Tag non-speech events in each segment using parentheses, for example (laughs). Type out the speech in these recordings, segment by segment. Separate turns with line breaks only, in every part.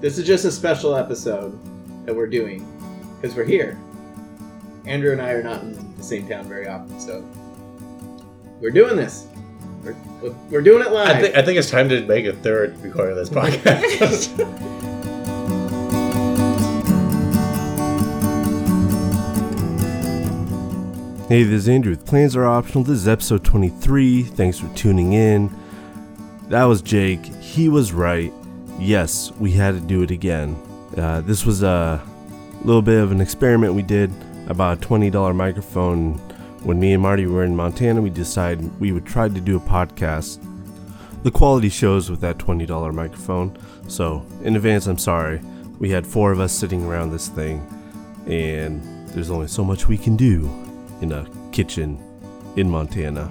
This is just a special episode that we're doing because we're here. Andrew and I are not in the same town very often, so we're doing this. We're, we're doing it live.
I think I think it's time to make a third recording of this
(laughs)
podcast.
Hey, this is Andrew with Plans Are Optional. This is episode 23. Thanks for tuning in. That was Jake. He was right. Yes, we had to do it again. Uh, this was a little bit of an experiment we did about a $20 microphone. When me and Marty were in Montana, we decided we would try to do a podcast. The quality shows with that $20 microphone. So, in advance, I'm sorry. We had four of us sitting around this thing, and there's only so much we can do in a kitchen in Montana.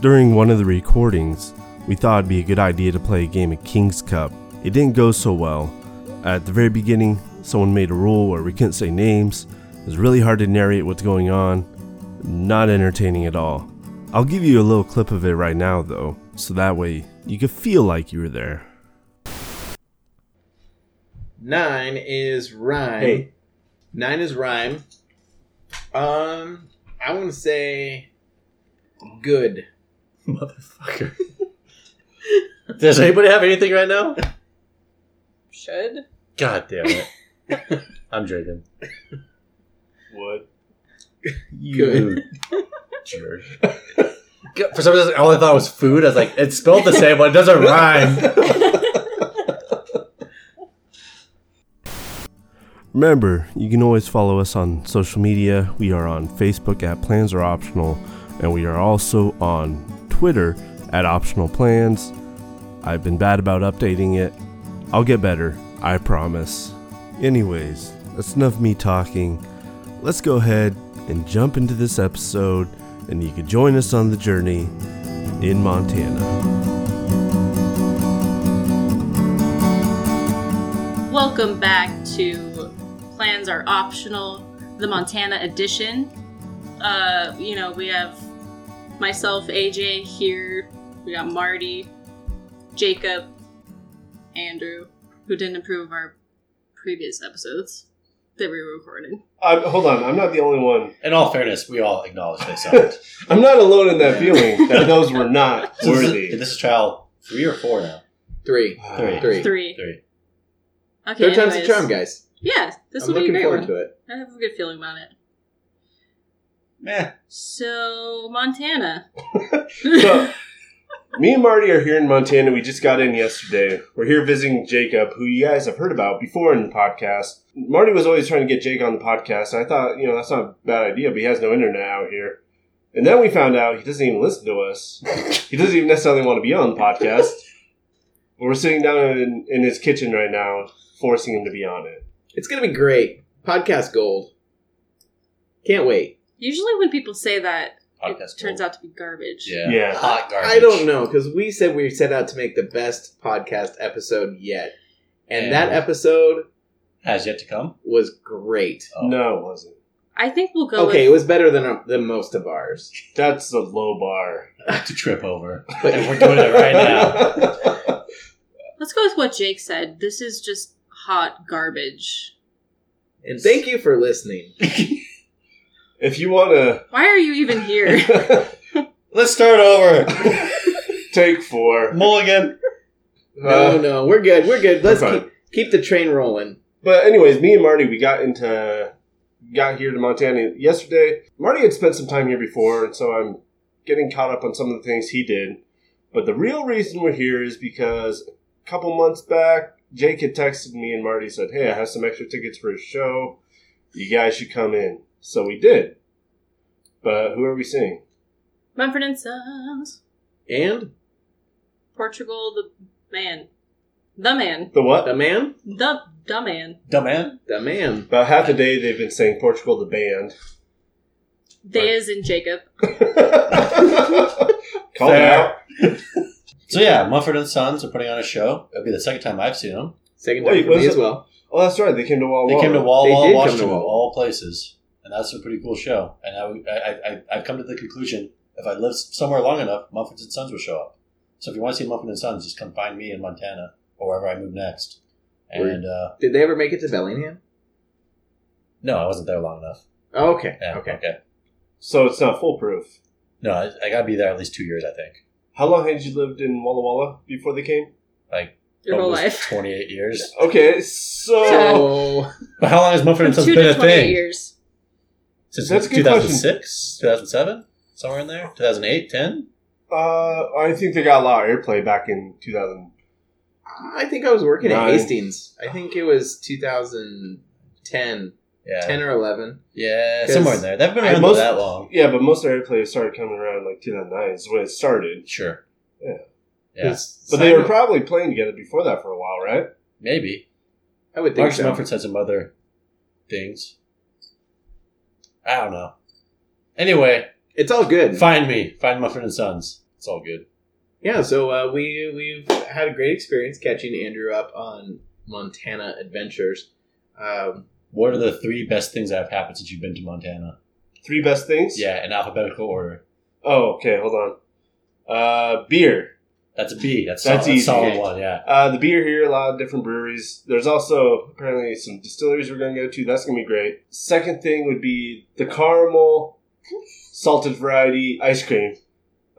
During one of the recordings, we thought it'd be a good idea to play a game of King's Cup. It didn't go so well. At the very beginning, someone made a rule where we couldn't say names. It was really hard to narrate what's going on. Not entertaining at all. I'll give you a little clip of it right now, though, so that way you could feel like you were there.
Nine is rhyme.
Hey.
Nine is rhyme. Um, I want to say good.
Motherfucker. Does anybody have anything right now?
Should.
God damn it.
(laughs)
I'm drinking.
Wood.
You jerk. God, For some reason, all I thought was food. I was like, it's spelled the same, but it doesn't rhyme.
Remember, you can always follow us on social media. We are on Facebook at Plans Are Optional, and we are also on Twitter at Optional Plans. I've been bad about updating it. I'll get better, I promise. Anyways, that's enough of me talking. Let's go ahead and jump into this episode, and you can join us on the journey in Montana.
Welcome back to Plans Are Optional, the Montana edition. Uh, you know, we have myself, AJ, here. We got Marty, Jacob, Andrew, who didn't approve of our previous episodes that we recorded.
i hold on, I'm not the only one.
In all fairness, we all acknowledge they sucked.
(laughs) I'm not alone in that feeling that those were not
So (laughs) this, is,
worthy.
this is trial three or four now.
Three.
Three.
Three.
Three.
Three.
Okay.
Third time's the
anyways.
charm, guys.
Yeah, this
I'm
will be
looking
a great
forward
one.
to it.
I have a good feeling about it.
Meh.
So, Montana.
(laughs)
(laughs)
So, me and Marty are here in Montana. We just got in yesterday. We're here visiting Jacob, who you guys have heard about before in the podcast. Marty was always trying to get Jake on the podcast. and I thought, you know, that's not a bad idea, but he has no internet out here. And then we found out he doesn't even listen
(laughs)
to us. he doesn't even necessarily want to be on the podcast. but we're sitting down in, in his kitchen right now, forcing him to be on it.
It's gonna be great. Podcast gold. Can't wait.
Usually, when people say that,
Podcast
it turns
gold.
out to be garbage.
Yeah.
Yeah.
Hot garbage.
I don't know because we said we set out to make the best podcast episode yet, and
And-
that episode
Has yet to come. (laughs)
was great.
Oh.
No, it wasn't.
I think we'll go
okay, it
with
was better than uh, than most of ours.
That's the low bar.
To trip over.
But-
and we're doing it right now.
(laughs)
let's go with what Jake said. This is just hot garbage.
And thank you for listening.
If you want to
Why are you even here?
Let's start over.
(laughs) take
(laughs)
four,
Mulligan.
No,
Uh,
no, we're good. We're good. Let's
we're
keep,
fine.
keep the train rolling.
But anyways, me and Marty, we got into got here to Montana yesterday. Marty had spent some time here before, and so I'm getting caught up on some of the things he did. But the real reason we're here is because a couple months back, Jake had texted me and Marty said, "Hey, I have some extra tickets for a show. You guys should come in." So we did. But who are we seeing?
Mumford and Sons,
And
Portugal, the man, the man,
The what?
the man,
the the man.
Dumb man.
the man.
About half the day they've been saying Portugal the band. (laughs)
They is in Jacob.
Call it
Fair.
out.
So yeah, Mumford and Sons are putting on a show. It'll be the second time I've seen them.
Second
Wait,
time for
was
me
it-
as well.
Oh, that's right. They came to Walla
They
Walla.
came to Walla
They
Walla,
did come to
Washington, of
Walla.
all places, and that's a pretty cool show. And I, I, I, I've come to the conclusion if I live somewhere long enough, Mumford and Sons will show up. So if you want to see Mumford and Sons, just come find me in Montana or wherever I move next, And uh,
Did they ever make it to Bellingham?
no, I wasn't there long enough.
Oh, okay.
Yeah,
Okay.
So it's not foolproof.
No, I, I got to be there at least two years, I think.
How long had you lived in Walla Walla before they came?
Like
Your whole
almost
(laughs) life.
28 years.
(laughs)
Okay, so
So
But how long has Mumford and Sons
Two
been
to
a
twenty-eight
thing?
years.
Since
That's a good
2006, 2007, somewhere in there, 2008, 10.
uh, I think they got a lot of airplay back in 2000.
I think I was working at
Nice.
Hastings. I think it was 2010,
Yeah,
10 or 11.
yeah,
'Cause
somewhere in there. They've been
I
around
most-
that long.
Yeah, but most of our airplay started coming around like 2009 is when it started.
Sure.
Yeah.
Yeah.
'Cause
But they were
Simon-
probably playing together before that for a while, right?
Maybe.
I would think
Marcus
so.
Mumford said some other things. I don't know. Anyway,
It's all good.
find me. Find Mumford and Sons. It's all good.
Yeah, so uh, we we've had a great experience catching Andrew up on Montana adventures. Um,
What are the three best things that have happened since you've been to Montana?
Three best things?
Yeah, in alphabetical order.
Oh, okay, hold on. Uh, beer.
That's a B. That's,
That's
solid,
easy.
solid one, yeah.
Uh, the beer here, a lot of different breweries. There's also apparently some distilleries we're going to go to. That's going to be great. Second thing would be the caramel salted variety ice cream.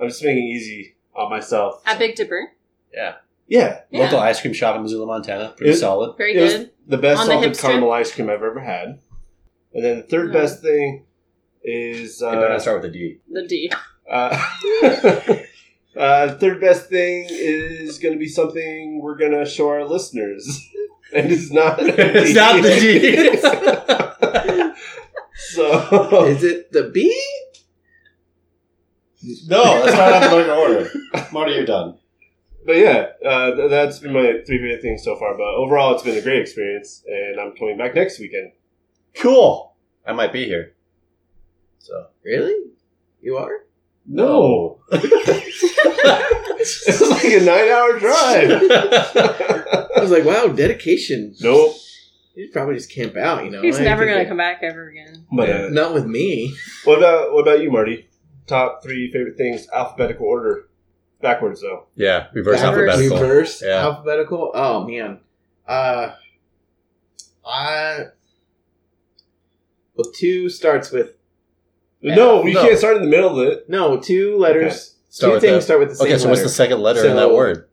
I'm just making it easy on myself.
At Big Dipper.
yeah,
Yeah.
Local ice cream shop in Missoula, Montana. Pretty
Is-
solid.
Very
it was
good.
the best
On the
salted
hipster?
caramel ice cream I've ever had. And then the third
Mm.
best thing is
It better
uh,
not start with a D.
The D.
uh, (laughs) uh, third best thing is going to be something we're going to show our listeners. (laughs) And it's not.
(laughs) it's not the
(laughs)
Oh.
So
is it the B?
D. (laughs) no, that's not alphabetical order. Marty, you're done.
But yeah, uh, th- that's been my three favorite things so far. But overall, it's been a great experience, and I'm coming back next weekend.
Cool. I might be here. So
Really? You are?
No,
(laughs)
it was like a nine-hour drive.
(laughs)
I was like, wow, dedication.
nope,
You probably just camp out, you know.
He's
I
never
think
gonna
that-
come back ever again.
but uh,
Not with me.
what about what about you, Marty? Top three favorite things, alphabetical order, backwards though.
yeah, reverse
Backwards.
alphabetical.
Reverse
Yeah.
alphabetical. Oh man. Uh, I. Well, two starts with
No, we
No.
can't start in the middle of it.
no two letters.
Start
two
with
things
that.
start with the same.
Okay, so what's the
letter.
second letter in that
So-
word?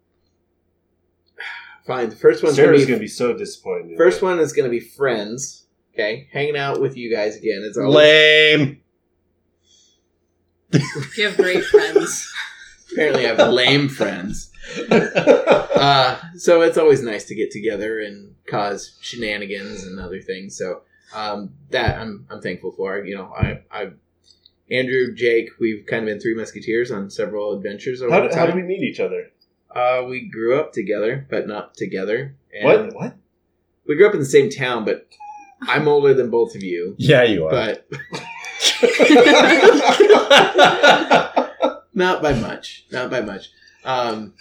Fine. The first one's
Sarah's
gonna
gonna
be,
be so disappointed. (laughs)
first one is gonna be friends. Okay, hanging out with you guys again. It's always,
Lame.
(laughs) You have great friends.
apparently I have
(laughs)
lame friends. Uh, so it's always nice to get together and cause shenanigans and other things. So um, that I'm I'm thankful for. You know, I I Andrew, Jake, we've kind of been three musketeers on several adventures over
how,
the
do- how
time.
do we meet each other?
Uh, we grew up together, but not together. And
What? What?
We grew up in the same town, but I'm older than both of you.
Yeah, you are.
But (laughs)
(laughs)
not by much, not by much. Um,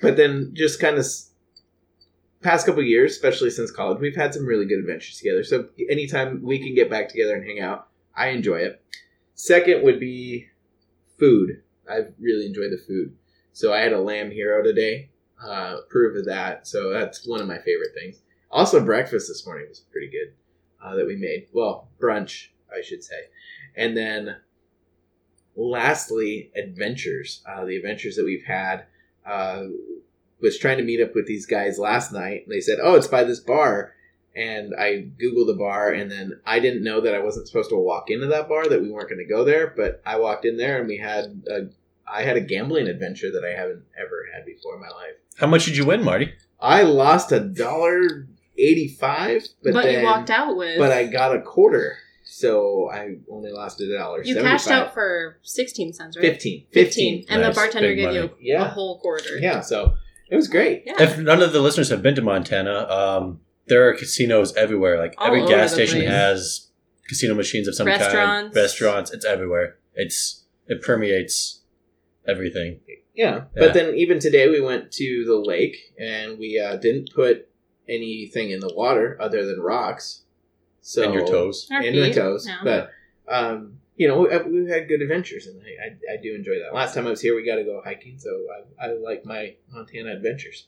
but then just kind of s- past couple years, especially since college, we've had some really good adventures together. So anytime we can get back together and hang out, I enjoy it. Second would be food. I really enjoy the food. So I had a lamb hero today. Uh, prove of that. So that's one of my favorite things. Also, breakfast this morning was pretty good uh, that we made. Well, brunch, I should say. And then lastly, adventures. Uh, the adventures that we've had. Uh, was trying to meet up with these guys last night, and they said, "Oh, it's by this bar." And I googled the bar, and then I didn't know that I wasn't supposed to walk into that bar, that we weren't going to go there. But I walked in there, and we had a, I had a gambling adventure that I haven't ever had before in my life.
How much did you win, Marty?
I lost a dollar eighty-five, but,
But,
then,
you walked out with.
But I got a quarter, so I only lost a dollar.
You cashed
75.
out for sixteen cents, right?
15.
15. And
Nice.
the bartender
Big
gave
money.
you a
Yeah,
whole quarter.
yeah. So it was great.
Yeah.
If (laughs) none of the listeners have been to Montana, um, there are casinos everywhere. Like
All
every
over
gas
the
station
place.
has casino machines of some kind.
Restaurants.
Restaurants. It's everywhere. It's it permeates everything.
Yeah.
Yeah.
But then even today we went to the lake and we uh, didn't put anything in the water other than rocks. So
and your toes.
Our
and my
feet,
toes.
yeah.
But um, you know, we- we've had good adventures, and I, I, I do enjoy that. Last time I was here, we got to go hiking, so I, I like my Montana adventures.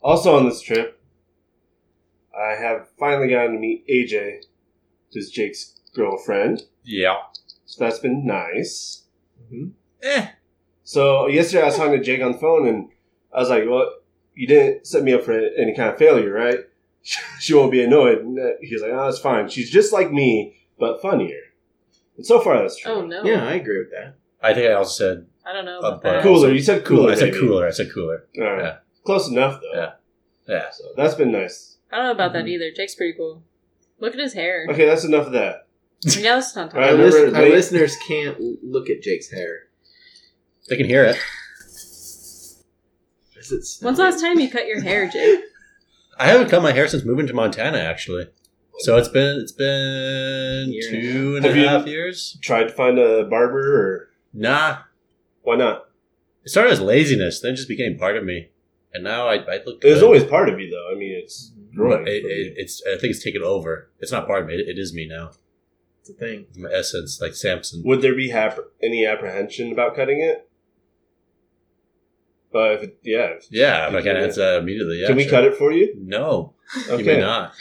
Also on this trip, I have finally gotten to meet AJ, who's Jake's girlfriend.
Yeah.
So that's been nice.
Mm-hmm.
Eh.
So yesterday I was talking to Jake on the phone, and I was like, "Well, you didn't set me up for any kind of failure, right? (laughs) she won't be annoyed." And uh, he's like, "Oh, it's fine. She's just like me, but funnier." And so far, that's true.
Oh no.
Yeah, I agree with that.
I think I also said
I don't know.
Uh,
About that.
cool.
Cooler. You said
cooler.
cooler.
I said
baby.
cooler. I said cooler.
All right.
Yeah.
Close enough though.
Yeah. Yeah.
So that's been nice.
I don't know about that either. Jake's pretty cool. Look at his
(laughs)
hair.
Okay, that's enough of that.
Yeah, let's not talk.
I
Our,
remember
listen-
it
our
late.
listeners can't l- look at Jake's hair.
They can hear it.
Is it snowing?
When's the last time you cut your hair, Jake?
I haven't cut my hair since moving to Montana, actually. So it's been it's been
Year and a
two and a half
Have you-
years.
Tried to find a barber, or
Nah,
why not?
it started as laziness, then it just became part of me, and now I, I look.
It was
good.
always part of you, though. I mean, it's growing.
But it, it, it's I think it's taken over. It's not part of me. It, it is me now.
It's a thing.
My essence, like Samson.
Would there be hap- any apprehension about cutting it? But if it, yeah,
Yeah, if I
Can
can't
we-
answer that immediately. Yeah,
can we
sure.
cut it for you?
No, you may
Okay.
not.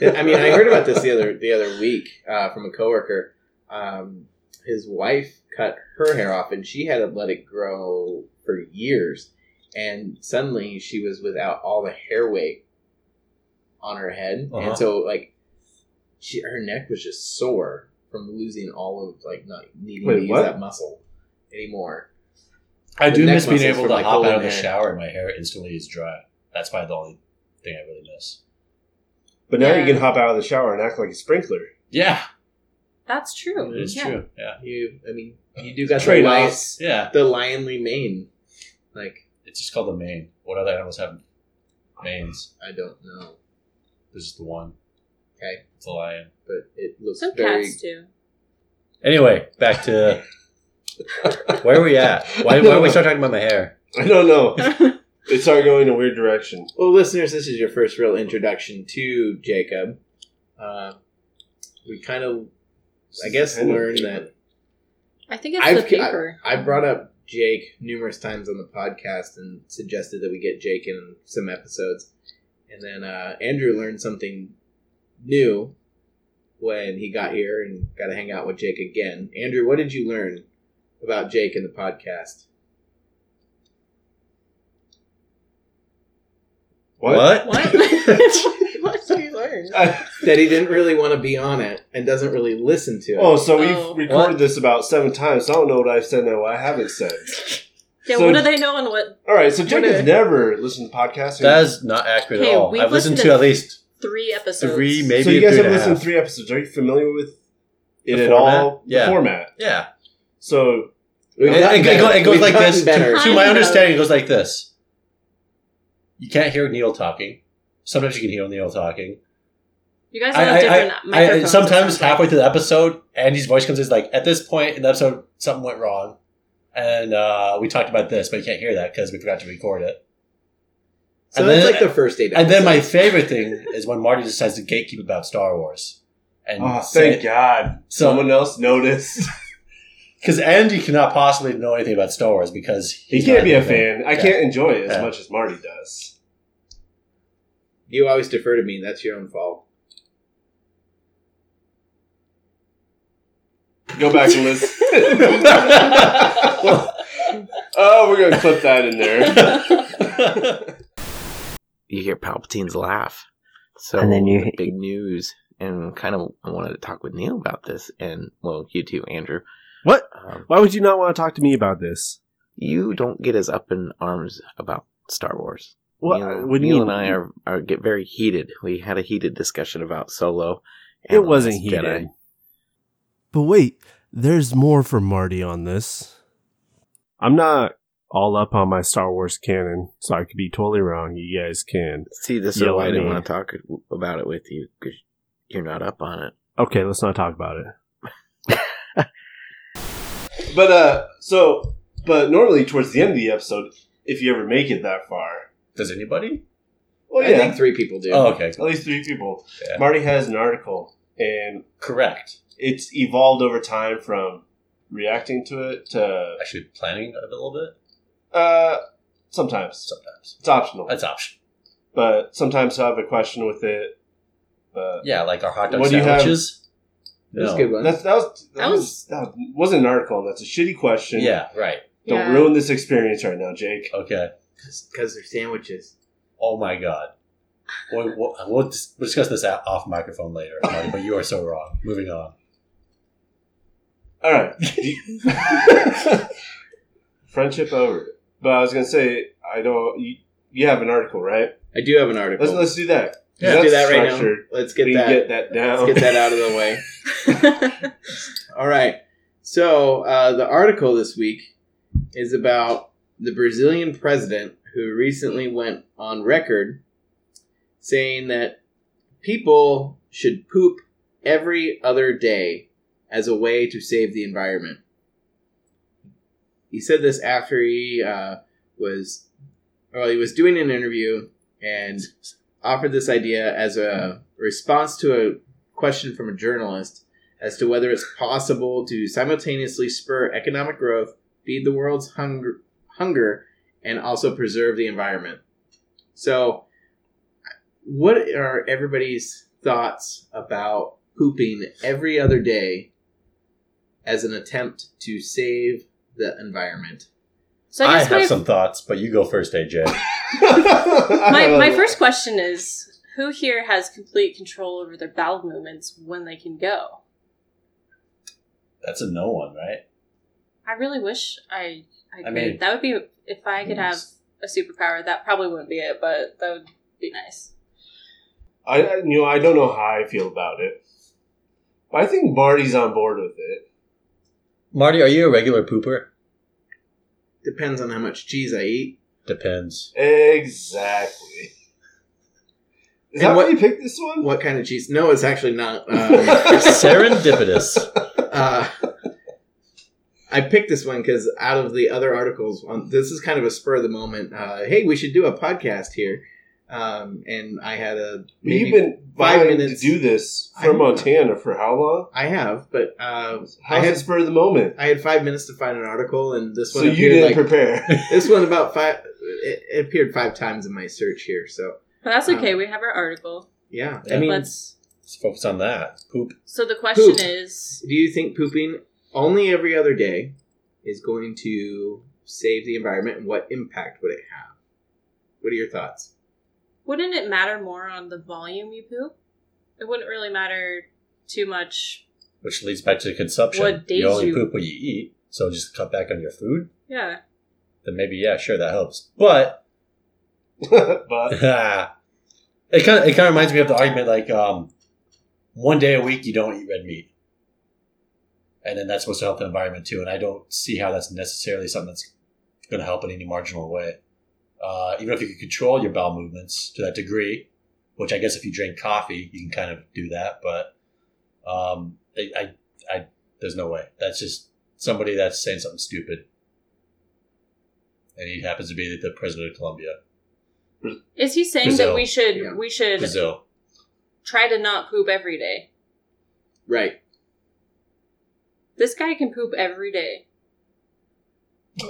Yeah, I mean, I heard about
(laughs)
this the other the other week uh, from a coworker. Um, his wife cut her hair off, and she had to let it grow for years. And suddenly, she was without all the hair weight on her head,
Uh-huh.
and so like, she her neck was just sore from losing all of like not needing
Wait,
to use
what?
that muscle anymore.
I
The
do
neck
miss being
muscles
able
from,
to
like,
hop out of
holding
the
hair.
shower and my hair instantly is dry. That's probably the only thing I really miss.
But now you
Yeah.
can hop out of the shower and act like a sprinkler.
Yeah,
That's true.
it's
yeah.
true. Yeah,
You, I mean, you do got the lion,
Trade-offs.
yeah.
the lionly mane. Like,
It's just called the mane. What other animals have manes?
I don't know,
There's just the one.
Okay.
It's a lion.
but it looks
Some
very (laughs)
cats do.
Anyway, back to where are we at? Why, why do we start talking about my hair?
I
(laughs)
don't know. it started going in a weird direction.
Well, listeners, this is your first real introduction to Jacob. Uh, we kind of, I guess,
Kind of
learned
weird.
that
I think it's
I've- (laughs)
the paper.
I brought up Jake numerous times on the podcast and suggested that we get Jake in some episodes. And then uh, Andrew learned something new when he got here and got to hang out with Jake again. Andrew, what did you learn about Jake in the podcast? (laughs)
What? what did you learn?
Uh,
I-
That he didn't really want to be on it and doesn't really listen to it.
oh, so we've
Oh.
recorded
What?
this about seven times. So I don't know what I've said and what I haven't said.
Yeah,
So-
what do they know and what
All right, so Jake
What
has
a-
never listened to podcasts.
That is not accurate
Okay,
at all.
we've
I've listened,
listened
to at
to
least
three episodes?
three, maybe
so you guys
three
have
and a
listened
half.
to three episodes. Are you familiar with it
The
at
format?
all? The
Yeah.
format.
Yeah,
So
We've
it, it
gotten
go- it
better.
goes
We've
like
gotten
this.
better.
To, to my
I know.
understanding, it goes like this. You can't hear Neil talking. Sometimes you can hear Neil talking.
You guys all have
I, I,
different
I- I,
microphones. it
sometimes
sounds like.
halfway through the episode, Andy's voice comes in he's like, at this point in the episode, something went wrong. And uh, we talked about this, but you can't hear that because we forgot to record it.
So
And
that's
then-
like the first eight.
And then my
episodes.
favorite thing is when Marty decides to gatekeep about Star Wars. And
Oh, thank God.
so
Someone else noticed.
because Andy cannot possibly know anything about Star Wars because
He
he's
can't
not
be a
fan.
fan. I
Yeah.
can't enjoy it as
Yeah.
much as Marty does.
you always defer to me. That's your own fault.
(laughs)
(laughs)
Go back and listen.
(laughs)
(laughs)
(laughs)
Well-
oh, we're going to clip that in there.
You hear Palpatine's laugh. So
And then you-
the big news, and kind of I wanted to talk with Neil about this, and well, you too, Andrew.
What?
Um,
Why would you not want to talk to me about this?
you don't get as up in arms about Star Wars.
What?
Neil,
what do you
Neil
mean?
and I are, are get very heated. We had a heated discussion about Solo. and
It
The
wasn't
Last
heated.
Jedi.
But wait, there's more from Marty on this. I'm not all up on my Star Wars canon, so I could be totally wrong. You guys can.
See, this is
Yell
why I
at
didn't
me.
want to talk about it with you because you're not up on it.
Okay, let's not talk about it.
(laughs) But, uh, so, but normally towards the end of the episode, if you ever make it that far,
Does anybody?
well, yeah,
three people do.
Oh, okay.
at least three people.
Yeah.
Marty has an article, and
Correct.
it's evolved over time from reacting to it to,
Actually, planning a little bit
uh, sometimes.
sometimes.
It's optional.
That's optional.
but sometimes he'll have a question with it. But
Yeah, like our hot dog
What do you have?
sandwiches.
That's a
No.
good one.
that's, that was that
That
was that wasn't an article. That's a shitty question.
Yeah, right.
Don't
(laughs)
Yeah.
ruin this experience right now, Jake.
Okay.
Because they're sandwiches.
Oh my god. We'll, we'll, we'll, dis- we'll discuss this out- off microphone later, Marty, but you are so wrong. Moving on.
All right. (laughs) Friendship over. But I was gonna say I don't. You, you have an article, right?
I do have an article.
Let's let's do that.
Yeah.
Let's do that
That's
right
structured.
now. Let's get
we
that.
can get that down.
Let's get
(laughs)
that out of the way. All right. So uh, the article this week is about the Brazilian president who recently went on record saying that people should poop every other day as a way to save the environment. He said this after he uh, was, well, he was doing an interview and offered this idea as a response to a question from a journalist as to whether it's possible to simultaneously spur economic growth, feed the world's hunger, hunger and also preserve the environment. So, what are everybody's thoughts about pooping every other day as an attempt to save the environment?
(laughs) so
I
I
have
guess my,
some thoughts, but you go first, AJ.
(laughs)
my, my first question is who here has complete control over their bowel movements when they can go?
That's a no one, right?
I really wish I I, could.
mean-
that would be if I could have a superpower. That probably wouldn't be it, but that would be nice.
I I- you know I don't know how I feel about it, but I think Marty's on board with it.
Marty, are you a regular pooper?
Depends on how much cheese I eat.
(laughs)
Depends.
Exactly.
And
Is that
what-
why you picked this one?
What kind of cheese? No, it's actually not.
(laughs)
Um,
Serendipitous.
uh, (laughs) I picked this one because out of the other articles, on, this is kind of a spur of the moment. Uh, hey, we should do a podcast here, um, and I had a maybe
You've been
five
five
minutes.
to do this
I
from
don't know.
Montana for how long?
I have, but uh, I
How's
had
it spur of the moment?
I had five minutes to find an article, and this
So
one
you
appeared
didn't
like
(laughs) prepare.
this one about five. It, it appeared five times in my search here, so
But that's okay.
Um,
we have our article.
yeah. I
Yeah.
mean,
Let's.
Let's focus on that. Poop.
So the question
Poop.
is,
do you think pooping only every other day is going to save the environment, and what impact would it have? What are your thoughts?
wouldn't it matter more on the volume you poop? It wouldn't really matter too much.
Which leads back to consumption.
What days
you only
you-
poop what you eat, so just cut back on your food.
Yeah.
Then maybe yeah, sure that helps. But
(laughs) but
it kind of it kind of reminds me of the argument like um, one day a week you don't eat red meat, and then that's supposed to help the environment too. And I don't see how that's necessarily something that's going to help in any marginal way. Uh, even if you can control your bowel movements to that degree, which I guess if you drink coffee you can kind of do that, but um, I, I, I there's no way. That's just somebody that's saying something stupid. And he happens to be the president of Colombia,
Is he saying
Brazil.
that we should
Yeah.
we should
Brazil.
try to not poop every day?
Right.
This guy can poop every day.
is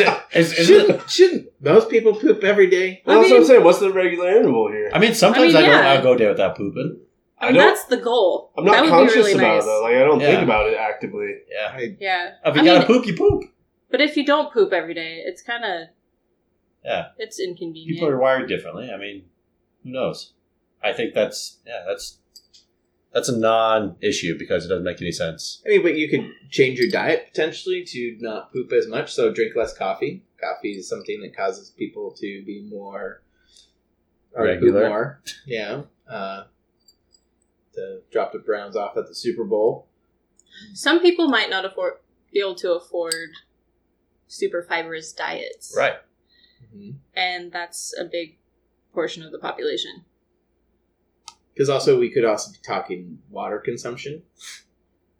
it? Is, is it?
(laughs) shouldn't shouldn't most people poop every day?
Well,
I
that's what I'm
mean-
saying. What's the regular interval here?
I mean, sometimes I,
I mean,
don't.
yeah.
I'll go day without pooping.
I mean,
don't-
that's the goal.
I'm not
that would
conscious
be really
about
nice.
it though. Like I don't
Yeah.
think about it actively.
Yeah.
I,
Yeah.
If you
I
gotta
mean,
poop, you poop.
But if you don't poop every day, it's kind of
Yeah.
it's
People
inconvenient.
are wired differently. I mean, who knows? I think that's yeah. That's that's a non-issue because it doesn't make any sense.
I mean, but you could change your diet potentially to not poop as much, so drink less coffee. Coffee is something that causes people to be more or poop
Regular.
More. Yeah. Uh, the drop the Browns off at the Super Bowl.
Some people might not afford be able to afford super fibrous diets,
Right.
Mm-hmm.
And that's a big portion of the population.
Because also, we could also be talking water consumption.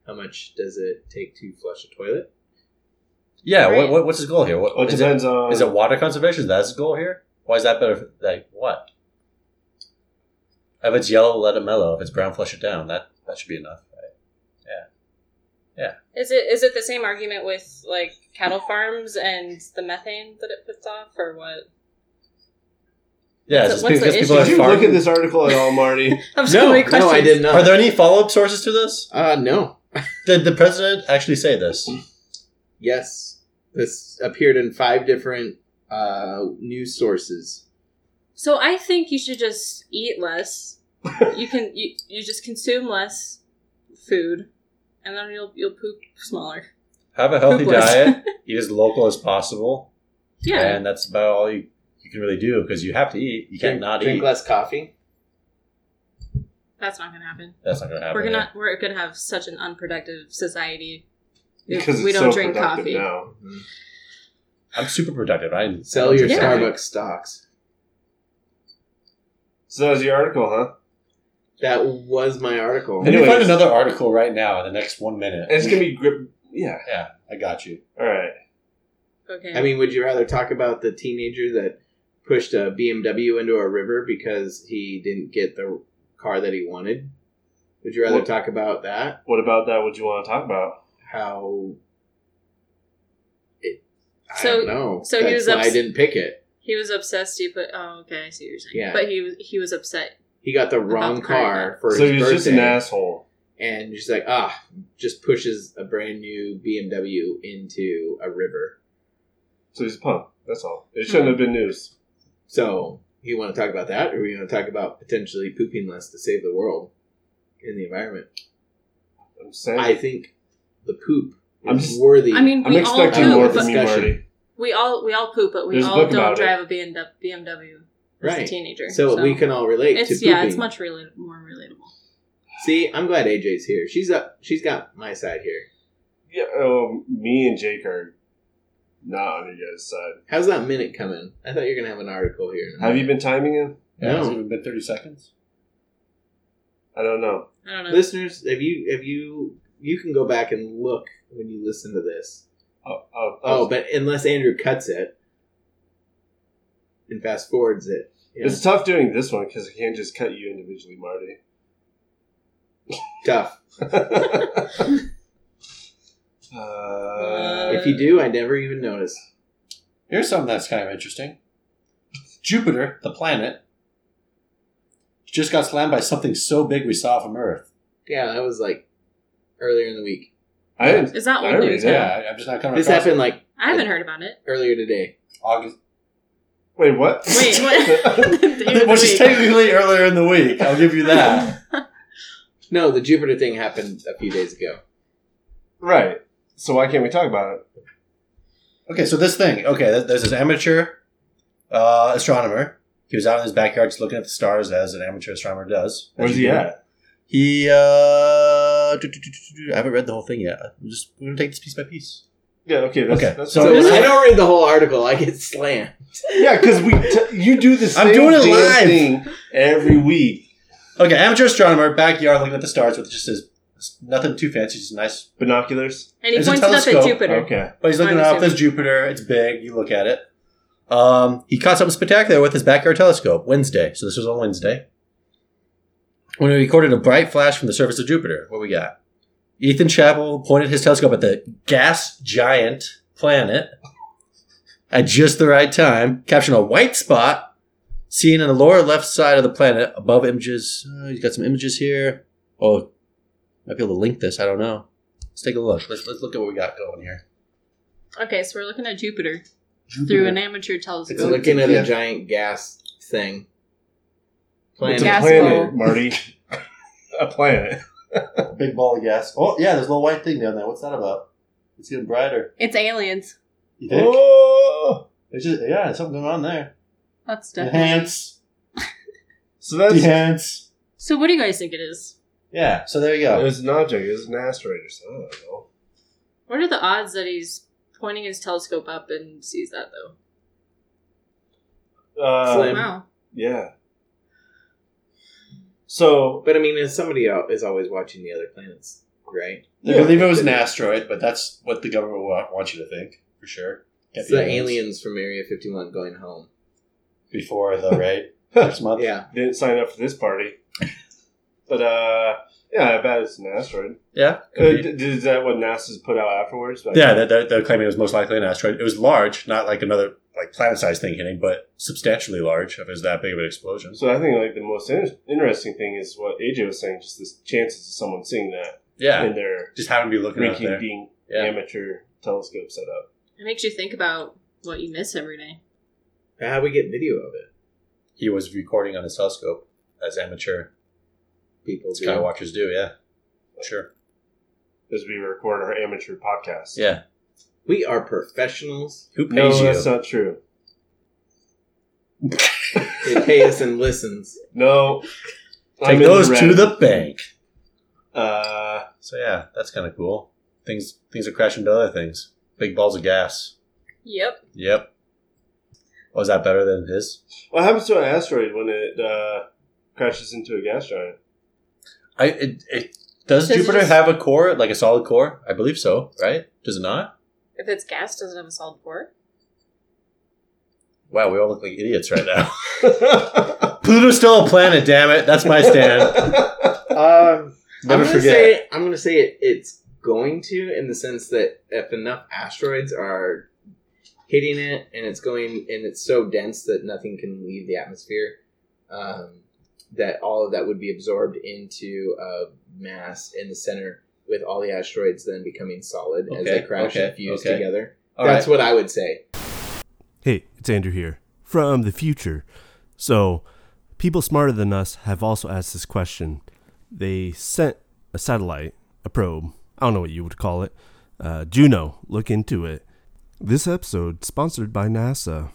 How much does it take to flush a toilet?
Yeah.
Right.
What, what, what's his goal here? What,
Well, it
is, it,
depends on.
is it water conservation? Is that his goal here? Why is that better? For, like what? If it's yellow, let it mellow. If it's brown, flush it down. That that should be enough.
Is it is it the same argument with like cattle farms and the methane that it puts off, or what?
Yeah,
What's
just
the- what's
because
the
people
issue?
are
Did you look
farting.
at this article at all,
(laughs)
Marty?
I'm so
No,
many questions.
no, I did not.
Are there any follow up sources to this?
uh, no.
Did the president actually say this?
Yes, this appeared in five different uh, news sources.
So I think you should just eat less. you can you, you just consume less food, and then you'll you'll poop smaller.
Have a healthy
Poop less.
diet,
(laughs)
eat as local as possible,
Yeah.
and that's about all you, you can really do because you have to eat. You can't
Drink,
not
drink
eat.
less coffee.
That's not gonna happen.
That's not going to happen.
We're
yeah.
gonna we're gonna have such an unproductive society. if
Because
we
it's
don't
so
drink
productive
coffee.
Now.
I'm super productive. I
Sell your
Yeah.
Starbucks stocks.
So that was your article, huh?
That was my article.
Let me
Anyways.
find another article right now in the next one minute.
And it's gonna be grip. Yeah.
yeah, I got you.
All right.
Okay.
I mean, would you rather talk about the teenager that pushed a BMW into a river because he didn't get the car that he wanted? Would you rather
Well-
talk about that?
What about that? Would you want to talk about?
How it? I
So-
don't know.
so he
That's
was
why I
ups-
didn't pick it.
he was obsessed. He put. Oh, okay. I see what you're saying.
Yeah.
But he was he was upset.
He got the wrong
the car he
car
got.
for
so
his
he was
birthday,
just an asshole.
and she's like, ah, just pushes a brand new BMW into a river.
So he's a punk. That's all.
Hmm.
It shouldn't have been news.
So you want to talk about that, or you want to talk about potentially pooping less to save the world and the environment?
I'm saying.
I think the poop
I'm
is
just-
worthy.
I mean,
I'm
we all
expecting
do,
more
poop,
from
but
you,
Discussion.
Marty.
we all we all poop, but we
There's a
all
book
don't
about it.
drive a BMW. BMW as a
right?
teenager.
So, we can all relate to
It's
pooping.
yeah. It's much rela- more relatable.
See, I'm glad AJ's here. She's up. She's got my side here.
Yeah. Um, me and Jake are not on your guys' side.
How's that minute coming? I thought you were gonna have an article here. in a
Have you
minute.
been timing him?
Yeah,
No.
Has it even been 30 seconds?
I don't know.
I don't know.
listeners? Have you? Have you? You can go back and look when you listen to this.
I'll, I'll, I'll-
Oh, but unless Andrew cuts it and fast forwards it, yeah.
it's tough doing this one because I can't just cut you individually, Marty. (laughs)
tough.
uh,
if you do, I never even notice.
Here's something that's kind of interesting. Jupiter, the planet, just got slammed by something so big we saw from Earth.
Yeah, that was like earlier in the week.
I didn't.
Is that
I
old
already
news?
did.
now?
Yeah, I- I'm just not coming
This
across
happened like
I haven't heard about it. (laughs)
earlier today. (laughs)
August.
Wait, what?
(laughs)
Wait, (laughs) what?
Which is technically earlier in the week. I'll give you that.
No, the Jupiter thing happened a few days ago.
(laughs) right. So why can't we talk about it?
Okay, so this thing. Okay, th- there's this amateur uh, astronomer. He was out in his backyard just looking at the stars, as an amateur astronomer does. As
Where's
you
he
do.
at?
He. Uh, do- do- do- do- do- I haven't read the whole thing yet. I'm just we're gonna take this piece by piece.
Yeah. Okay. That's,
Okay,
That's
so-
So
fine.
when I don't read the whole article, I get slammed.
Yeah, because we t- you do the same
I'm doing it
damn
live.
thing every week,
Okay, amateur astronomer, backyard looking at the stars with just his nothing too fancy, just nice.
binoculars.
and he
It's a
points it up at
telescope.
Jupiter.
Okay,
But he's looking
I'm
up.
assuming.
There's Jupiter. It's big. You look at it. Um, he caught something spectacular with his backyard telescope Wednesday. So this was on Wednesday when he recorded a bright flash from the surface of Jupiter. What we got? Ethan Chappell pointed his telescope at the gas giant planet at just the right time, capturing a white spot seen in the lower left side of the planet above images. Uh, he's got some images here. Oh, might be able to link this. I don't know. Let's take a look. Let's, let's look at what we got going here.
Okay, so we're looking at Jupiter, through an amateur telescope.
It's looking at
yeah.
a giant gas thing. Planet.
it's a
Gas
planet,
ball. (laughs)
Marty. a planet.
Big ball of gas. Oh yeah, there's a little white thing down there. What's that about? It's getting brighter.
It's aliens.
You think?
Oh,
It's just yeah, there's something going on there.
That's definitely.
Enhance,
so that's
enhance.
So, what do you guys think it is?
Yeah. So there you
it
go.
was an object. It was an asteroid or something. I don't know.
What are the odds that he's pointing his telescope up and sees that though?
Uh,
Slim.
Um,
wow.
Um, yeah. So
But I mean, as somebody out is always watching the other planets, right?
They believe it was an asteroid, but that's what the government wa- wants you to think for sure.
It's the aliens from Area 51 going home.
before the raid next month.
Yeah.
didn't sign up for this party, but uh, yeah, I bet it's an asteroid.
Yeah.
Uh, d- d- is that what NASA's put out afterwards? Like,
Yeah. They're, they're, they're claiming it was most likely an asteroid. It was large, not like another like like planet sized thing hitting, but substantially large if it's that big of an explosion.
So I think like the most in- interesting thing is what AJ was saying, just the chances of someone seeing that
Yeah,
in their
just having to be looking out
rinky
there.
dink
Yeah.
amateur telescope setup.
It makes you think about what you miss every day.
How we get video of it?
He was recording on his telescope as amateur
People do.
skywatchers do. Yeah, sure.
As we record our amateur podcast.
Yeah,
We are professionals.
who
No,
pays
that's
you?
not true.
They pay us in listens.
No.
Take
I'm in
those
red.
to the bank.
Uh,
So yeah, that's kind of cool. Things things are crashing into other things. Big balls of gas.
Yep.
Yep. Was that better than his?
what happens to an asteroid when it uh, crashes into a
(laughs)
gas giant?
I it, it does
Does it
Jupiter
just-
have a core like a solid core? I believe so. Right? Does it not?
If it's gas, does it have a solid core?
Wow, we all look like idiots right now. (laughs) Pluto's still a planet. Damn it! That's my (laughs) stand.
Um,
Never
I'm gonna
forget.
Say, I'm going to say it, it's going to, in the sense that if enough asteroids are hitting it and it's going and it's so dense that nothing can leave the atmosphere, um, that all of that would be absorbed into a mass in the center, with all the asteroids then becoming solid as they
Okay,
crash and
okay,
fuse
okay.
together.
All
That's
right.
what I would say.
Hey, it's Andrew here from the future. So, people smarter than us have also asked this question. They sent a satellite, a probe, I don't know what you would call it, uh, Juno, look into it. This episode sponsored by NASA.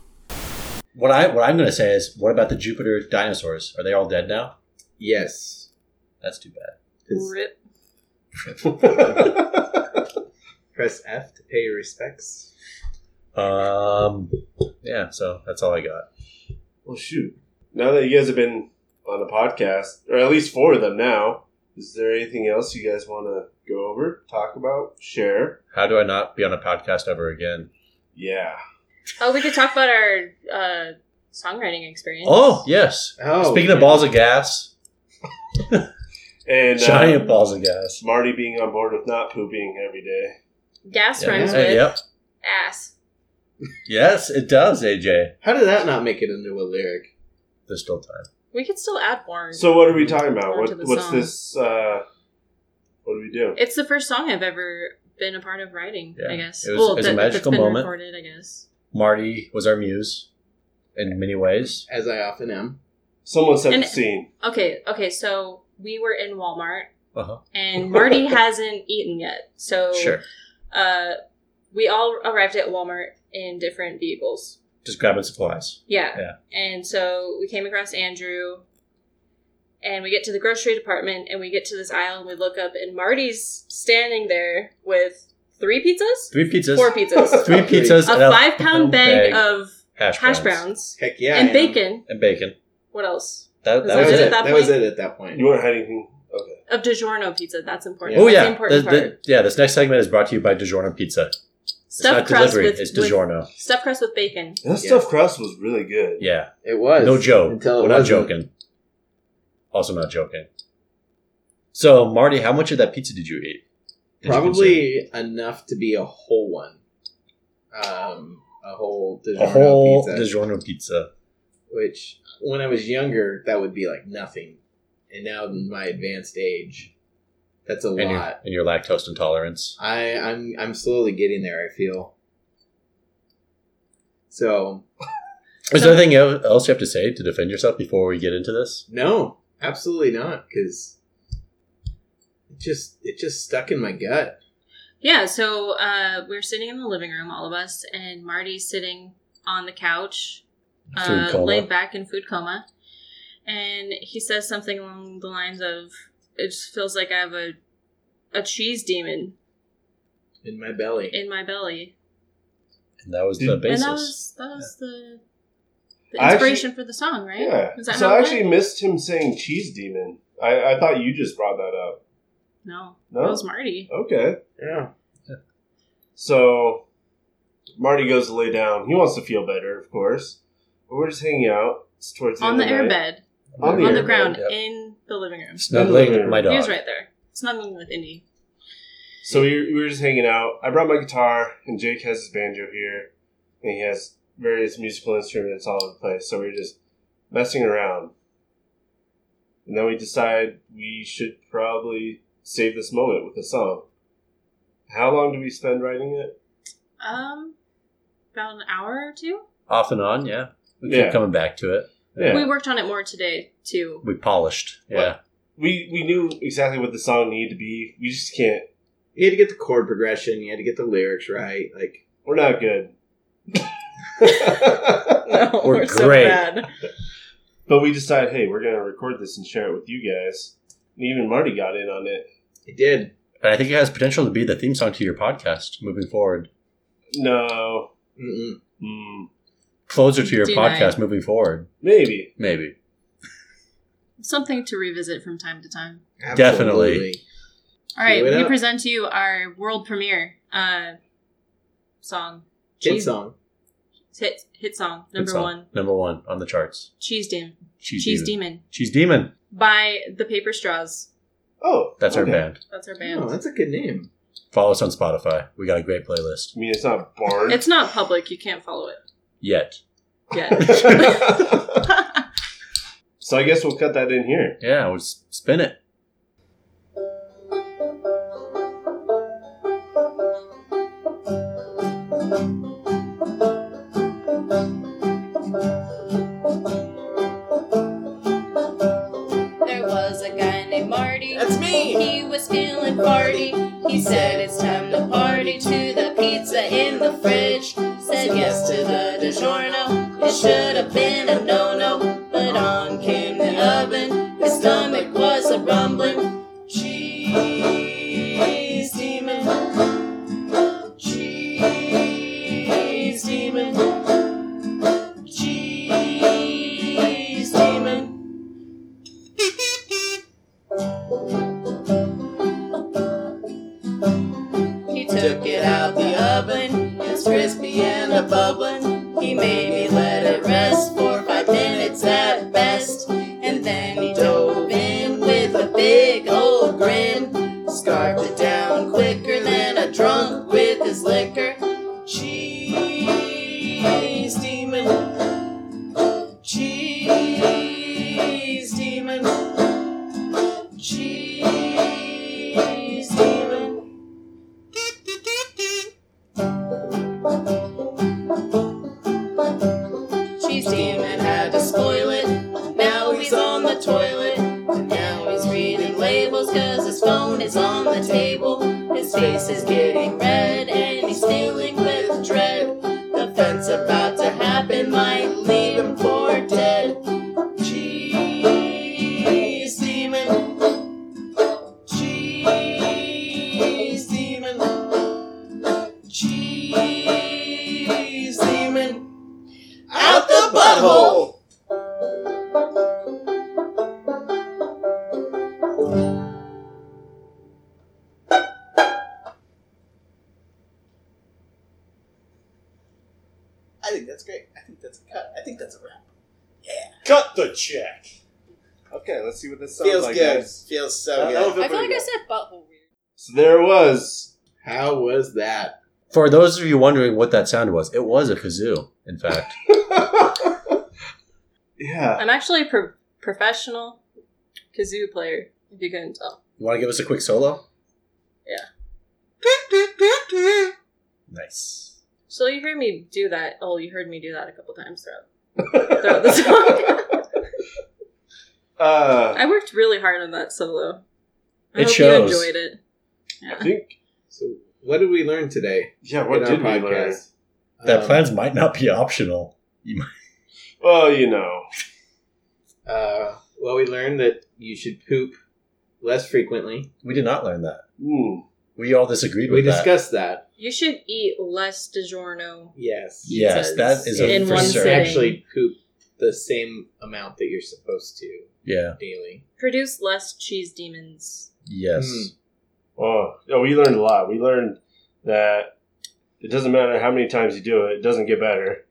What I what I'm gonna say is, what about the Jupiter dinosaurs? Are they all dead now?
Yes.
That's too bad.
'Cause
Rip.
Press F to pay your respects.
Um, yeah. So that's all I got.
well, shoot. Now that you guys have been on a podcast, or at least four of them now, is there anything else you guys want to go over, talk about, share?
How do I not be on a podcast ever again?
Yeah.
Oh, we could talk about our uh, songwriting experience.
Oh yes.
Oh,
Speaking of balls of gas,
And uh,
giant balls of gas.
Marty being on board with not pooping every day.
Gas
Yeah.
rhymes
Uh,
with
Yep.
ass.
Yes, it does, AJ.
how did that not make it into a lyric?
There's still time.
We could still add more.
So what are we talking about?
Onto
What,
the
what's
song.
this? Uh, what do we do?
It's the first song I've ever been a part of writing.
Yeah.
I guess.
It was- it was a
that- that's
magical
been
moment.
Recorded, I guess.
Marty was our muse in many ways.
as I often am.
Someone set
And-
the scene.
Okay. Okay. So we were in Walmart,
Uh-huh. (laughs)
and Marty hasn't eaten yet. So
Sure.
uh, we all arrived at Walmart in different vehicles.
Just grabbing supplies.
Yeah.
Yeah.
And so we came across Andrew and we get to the grocery department and we get to this aisle and we look up and Marty's standing there with three pizzas?
Three pizzas.
Four pizzas.
(laughs) Three pizzas.
a
and
five pound bag,
bag
of
hash,
hash browns,
browns.
Heck yeah.
and
I am.
bacon.
And bacon.
What else?
That,
That
that
was,
was
it.
at
it.
that
That, was
point?
it at that point.
You weren't hiding anything. Okay.
Of DiGiorno pizza. That's important.
Oh
That's the
yeah.
important
The- the-
part.
yeah, this next segment is brought to you by DiGiorno Pizza. It's
stuffed
not
crust
delivery,
with,
it's
with-
DiGiorno.
stuffed crust with bacon.
That
Yeah.
stuffed crust was really good.
Yeah.
It was
No joke.
Until it
We're not
wasn't.
joking. Also not joking. So Marty, how much of that pizza did you eat? Did you consume?
Probably enough to be a whole one. Um, a whole DiGiorno
a whole
pizza.
DiGiorno pizza.
which, when I was younger, that would be like nothing. And now, in my advanced age, that's a
And your,
lot.
and your lactose intolerance.
I, I'm I'm slowly getting there. I feel. So
Is there anything el- else you have to say to defend yourself before we get into this?
no, absolutely not, because it just it just stuck in my gut.
Yeah, so uh, we're sitting in the living room, all of us, and Marty's sitting on the couch,
Food
uh,
coma.
laid back in food coma. And he says something along the lines of, "It just feels like I have a a cheese demon
in my belly.
in my belly."
And that was the
And
basis.
And that was that was the, the
I
inspiration for the song, right?
Yeah.
Was that
So
how
I
it
actually
went?
missed him saying cheese demon. I, I thought you just brought that up.
no,
No?
that was Marty.
Okay.
yeah.
So Marty goes to lay down. He wants to feel better, of course. But we're just hanging out. It's towards the
on the
end of night.
airbed,
On the
on the
airbed,
ground,
Yep.
in the living room.
Snuggling with my dog.
He was right there, snuggling with Indy.
So we, we were just hanging out. I brought my guitar, and Jake has his banjo here, and he has various musical instruments all over the place. So we were just messing around. And then we decide we should probably save this moment with a song. How long do we spend writing it?
Um, about an hour or two.
Off and on, yeah. We keep
Yeah.
coming back to it.
Yeah.
We worked on it more today too.
We polished. Yeah.
What? We we knew exactly what the song needed to be. We just can't.
You had to get the chord progression. You had to get the lyrics right.
(laughs)
Like
We're not good.
No,
(laughs) We're great.
but we decide, hey, we're gonna record this and share it with you guys. And even Marty got in on it.
it did.
And I think it has potential to be the theme song to your podcast moving forward.
No,
Mm-mm.
mm,
Closer to your
Denied.
podcast moving forward,
maybe.
maybe.
Something to revisit from time to time.
Definitely.
Absolutely.
All right,
Do it
we
up.
present to you our world premiere uh, song,
Hit song.
hit hit song
Good
number
song.
one,
Number one on the charts.
Cheese Demon,
Cheese,
Cheese
Demon.
Demon
Cheese Demon.
by the Paper Straws.
Oh,
That's
okay.
our band.
That's our band.
Oh, that's a good name.
Follow us on Spotify. We got a great playlist.
I mean, it's not barn.
It's (laughs) not public. You can't follow it
Yet.
yet.
(laughs) so I guess we'll cut that in here.
Yeah, we'll s- spin it.
There was a guy named Marty.
That's me.
He was feeling party. He said it's time to party to the pizza in the fridge. Said yes to the DiGiorno. It should have been a no-no, but on came the oven. His stomach was a rumbling. Cheese demon. Cheese demon. Cheese demon. He took it out the oven, it's crispy and a bubbling. He maybe let it rest for five minutes at best, and then he dove in with a big old grin. Scarfed it down quicker than a drunk with his liquor. Cheese demon, cheese demon, cheese demon. Cheese Demon had to spoil it. Now he's on the toilet. And now he's reading labels because his phone is on the table. His face is getting red and he's feeling with dread. The fence about to happen might leave him for dead. Cheese Demon. Cheese Demon. Cheese demon out the butthole.
I think that's great. I think that's a cut. I think that's a wrap.
Cut the check. Okay, let's see what this sounds
Feels
like.
good.
guys.
Feels
That-
so
that
good.
was a pretty good-
said butthole weird.
So there was. (laughs)
How was that?
For those of you wondering what that sound was, it was a kazoo, in fact.
yeah.
I'm actually a pro- professional kazoo player. If you couldn't tell.
You want to give us a quick solo?
Yeah.
Nice.
So you heard me do that. Oh, you heard me do that a couple times throughout,
(laughs)
throughout the song.
(laughs) Uh,
I worked really hard on that solo. I
It
hope
shows.
you enjoyed it.
I
Yeah.
think.
So, what did we learn today?
Yeah. What
in
did we
our
learn?
podcast?
That
Um,
plans might not be optional.
Well, Oh, you know.
Uh, well, we learned that you should poop less frequently.
We did not learn that.
Mm.
We all disagreed
We
with that.
discussed that.
You should eat less DiGiorno.
Yes.
Yes,
pizzas
that is a
in
for
one
sure.
sitting.
actually poop the same amount that you're supposed to
Yeah.
daily.
Produce less cheese demons.
Yes.
Mm.
Oh, yeah, we learned a lot. We learned that it doesn't matter how many times you do it; it doesn't get better.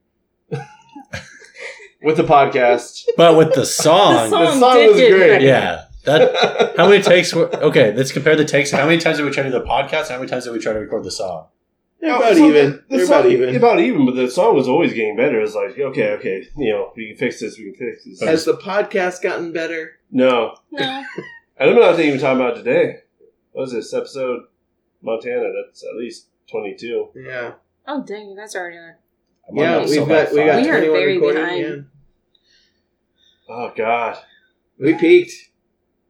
With the
(laughs)
podcast,
But with the song,
The song
song
did
was
get
great.
better.
yeah. That how (laughs) many takes were okay, let's compare the takes. How many times did we try to do the podcast? How many times did we try to record the song?
They're
Oh,
about
so
even.
the- the
They're
song-
about even.
About even, but the song was always getting better. It was like, okay, okay, you know, we can fix this, we can fix this.
Has the podcast gotten better?
no.
No.
And I'm not even talking about today. What was this episode? Montana, that's at least 22.
Yeah.
Oh dang, you guys are already on.
I'm on
Yeah,
episode
we've got we
about
got
five.
We are
21
very
recorded.
behind.
Yeah.
Oh, God.
We peaked.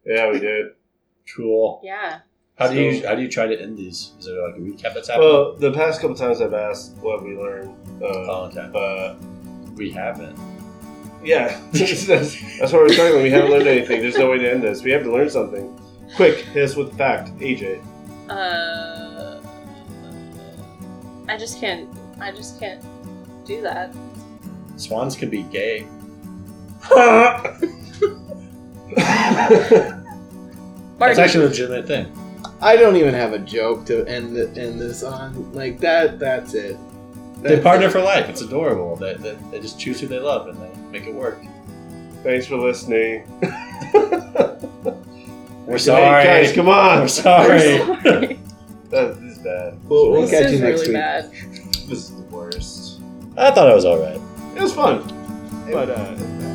Yeah,
(laughs)
we did.
cool.
Yeah.
How do
So-
you how do you try to end these? Is there like a recap that's happening?
Well, the past couple times I've asked what we learned. Uh,
oh, okay.
uh,
We haven't.
yeah,
(laughs)
that's, that's what we're talking about. We haven't learned anything. There's no way to end this. We have to learn something. Quick, hit us with the fact,
(laughs)
AJ.
Uh, I just can't. I just can't do that.
Swans can be gay.
Marty,
That's actually a legitimate thing.
I don't even have a joke to end the, end this on. Like that. That's it.
They
That's
partner
it.
for life. It's adorable. They, they, they just choose who they love and they make it work.
Thanks for listening.
We're sorry.
Hey, guys, come
(laughs)
on.
We're sorry.
That, this is bad.
We'll, we'll
this
catch
is
you next
really
week.
bad.
This is the worst.
I thought I was all right.
It was fun, but uh, it was bad.